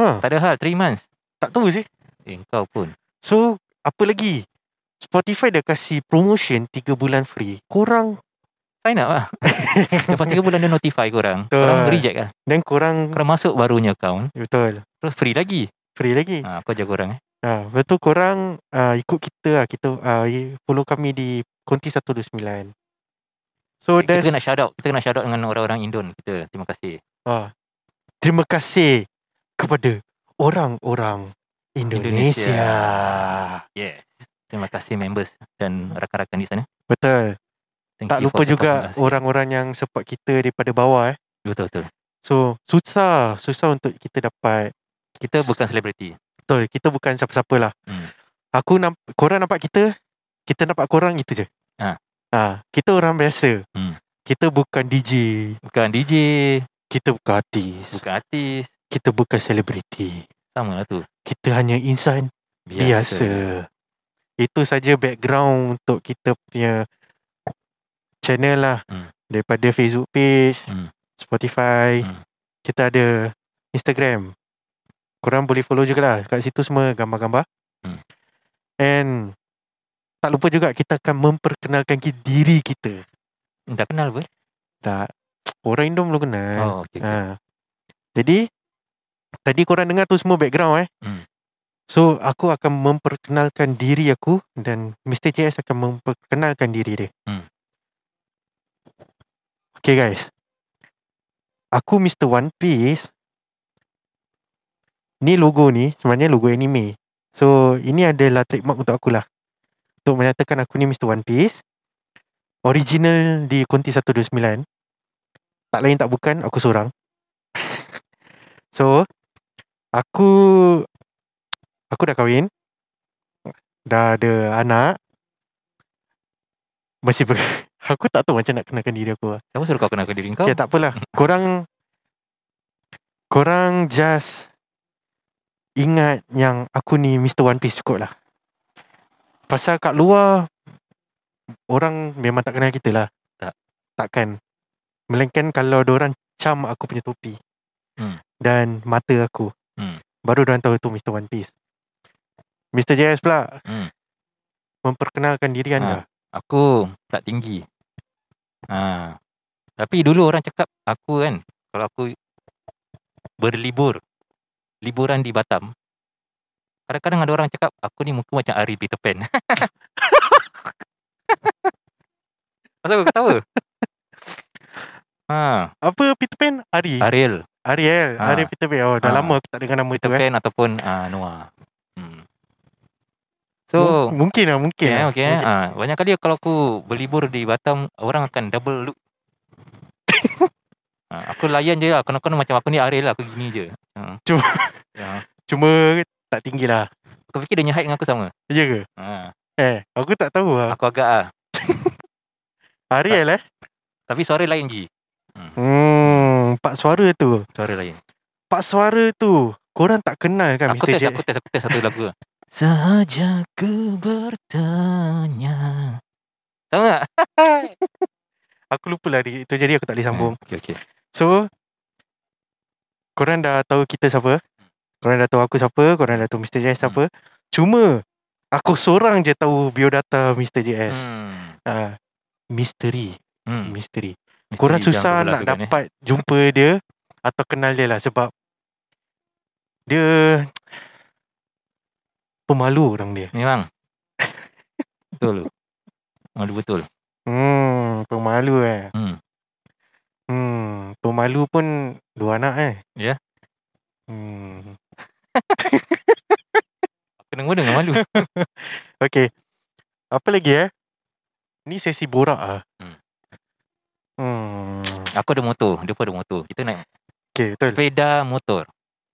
Ha, Tak ada hal 3 months. tak tahu sih. Eh kau pun. So apa lagi Spotify dah kasi promotion 3 bulan free Korang Sign up lah. Lepas 3 bulan dia notify korang. Korang Betul. reject lah. Dan korang Korang masuk barunya account. Betul Terus free lagi. Free lagi Ha, kau jaga orang eh. ha, Lepas tu korang uh, Ikut kita lah Kita uh, follow kami di Konti 129 So kita that's kena shout out. Kita kena shout out dengan orang-orang Indon kita. Terima kasih. ah, Terima kasih Kepada Orang-orang Indonesia. Indonesia. Indonesia Yes. Terima kasih members dan rakan-rakan di sana. Betul Thank Tak you lupa for juga supporting us. Orang-orang yang support kita Daripada bawah eh Betul betul. So susah Susah untuk kita dapat Kita bukan selebriti. Betul, kita bukan siapa-siapa lah. Hmm. Aku namp- korang nampak kita, kita nampak korang itu je. Ha. Ha, kita orang biasa. Hmm. Kita bukan DJ, Bukan DJ, kita bukan artis, bukan artis. kita bukan selebriti. Sama lah tu. Kita hanya insan biasa. Itu saja background untuk kita punya channel lah. Hmm. Daripada Facebook page, Hmm. Spotify, Hmm. kita ada Instagram. Korang boleh follow juga lah. Kat situ semua gambar-gambar. Hmm. And tak lupa juga kita akan memperkenalkan ki- diri kita. Dah kenal pun? Tak. Orang Indo belum kenal. Oh, okay. okay. Ha. Jadi tadi korang dengar tu semua background eh. Hmm. So aku akan memperkenalkan diri aku dan Mr JS akan memperkenalkan diri dia. Hmm. Okay guys. Aku Mr One Piece. Ni logo ni sebenarnya logo anime. So ini adalah trademark untuk aku lah. Untuk menyatakan aku ni Mr One Piece. Original di Konti 129. Tak lain tak bukan aku seorang. So Aku Aku dah kahwin Dah ada anak Masih ber... Aku tak tahu macam nak kenalkan diri aku lah Siapa suruh kau kenalkan diri kau? Okay tak apalah Korang Korang just Ingat yang aku ni Mr. One Piece cukup lah Pasal kat luar orang memang tak kenal kita lah. Tak. Takkan. Melainkan kalau orang cam aku punya topi. Hmm. Dan mata aku. Hmm. Baru orang tahu tu Mr. One Piece. Mr. JS pula Hmm. Ah. memperkenalkan diri anda. Aku tak tinggi. Ha. Tapi dulu orang cakap aku kan kalau aku berlibur liburan di Batam kadang-kadang ada orang cakap aku ni muka macam Ari Peter Pan. Pasal aku ketawa. ha, Apa Peter Pan? Ari. Ariel, Ariel. Ah. Ariel Peter Pan. Oh, dah Ah. lama aku tak dengar nama Peter tu eh. Pan ataupun uh, Noah. Hmm. So, So, mungkin lah, mungkin. Okay, lah. yeah, okay. okay. Ha, banyak kali kalau aku berlibur di Batam, orang akan double look. ha, aku layan je lah. Kena-kena macam aku ni Ariel lah. Aku gini je. Ha. Cuma- Ya. Cuma tak tinggi lah. Aku fikir dia punya height dengan aku sama. Ya ke? Ha, Eh, aku tak tahu lah. aku agak ah. Ariel eh. Tapi suara lain Ji. Hmm, pak suara tu. Suara lain. Pak suara tu. Korang tak kenal kan aku Mr. test, J? aku test, aku test satu lagu. lah. Saja ku bertanya. Sama tak? Aku lupa lah itu jadi aku tak boleh sambung. Eh, Okay, okay. So Korang dah tahu kita siapa Korang dah tahu aku siapa Korang dah tahu Mr. JS siapa Hmm. Cuma Aku seorang je tahu biodata Mr. JS Hmm. Ah, Misteri Hmm. Misteri misteri Korang yang susah berbelas nak juga ni. dapat jumpa dia Atau kenal dia lah sebab Dia Pemalu orang dia Memang. betul. Malu betul. Hmm Pemalu eh Hmm. Hmm Pemalu pun Dua anak eh Ya. Hmm Kena-kena dengan malu. Okay Apa lagi eh Ni sesi borak ah. Hmm. Hmm. Aku ada motor. Dia pun ada motor. Kita naik Okay betul sepeda motor.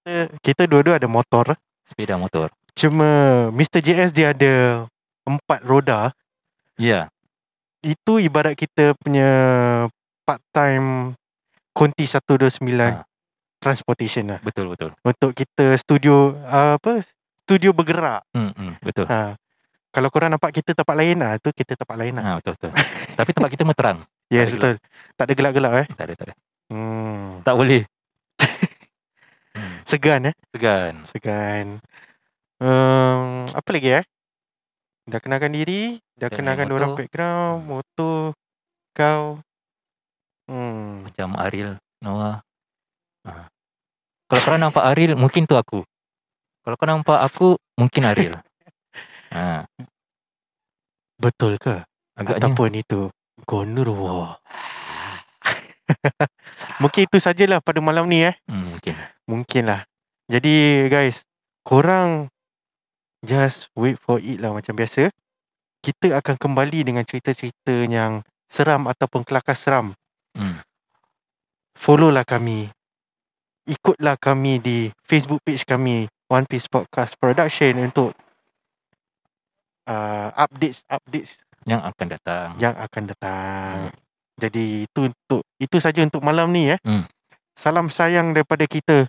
Kita, kita dua-dua ada motor Sepeda motor. Cuma Mr. JS dia ada Empat roda Ya. Itu ibarat kita punya Part time Konti 129 Ha. Transportation lah Betul betul. Untuk kita studio ah, Apa Studio bergerak Hmm, hmm betul. ha. Kalau korang nampak kita tempat lain ah, tu kita tempat lain lah Ha, betul betul. Tapi tempat kita memang terang. Yes ada betul Tak ada gelap-gelap eh Tak ada tak ada. Hmm Tak boleh. Segan eh Segan. Segan um, Apa lagi eh Dah kenalkan diri Dah Dan kenalkan motor. orang background Motor Kau Hmm Macam Aril, Noah. Ha. Kalau kau nampak Aril, mungkin tu aku. Kalau kau nampak aku, mungkin Aril. Ha, Betul ke agaknya. Ataupun itu Gonurwa Mungkin itu sajalah pada malam ni eh Hmm, mungkin. Mungkin lah Jadi guys Korang Just wait for it lah Macam biasa Kita akan kembali dengan cerita-cerita yang Seram ataupun kelakar seram Hmm. followlah kami. Ikutlah kami di Facebook page kami One Piece Podcast Production untuk uh, updates updates Yang akan datang. yang akan datang. Jadi itu untuk itu saja untuk malam ni eh. Hmm. Salam sayang daripada kita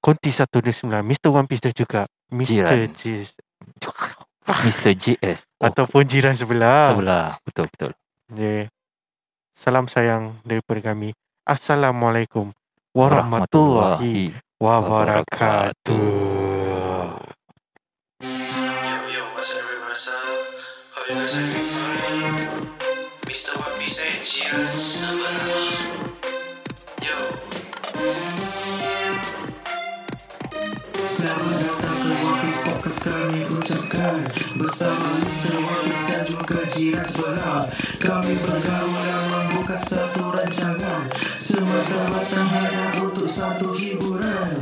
Konti 129 Mr One Piece dan juga Mr Jiran. Cheese Mr. JS. Oh, ataupun jiran sebelah. sebelah. Betul betul. Yeah. Salam sayang daripada kami. Assalamualaikum warahmatullahi wabarakatuh. Yo, yo, what's everyone? What's up? Hope you guys are doing fine. Mr. One Piece and Jiran Sebelah. Yo. Selamat datang ke One Piece Podcast kami ucapkan Bersama Mr. One Piece dan juga Jiran Sebelah Kami bergaul dan membuka satu rancangan Semata-mata hanya untuk satu hiburan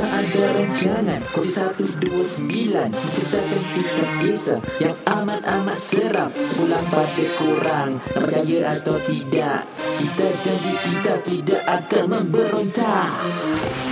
Tak ada rencana Kodi 129 Menceritakan kisah-kisah Yang amat-amat seram Pulang pada korang Tak percaya atau tidak Kita janji kita tidak akan memberontak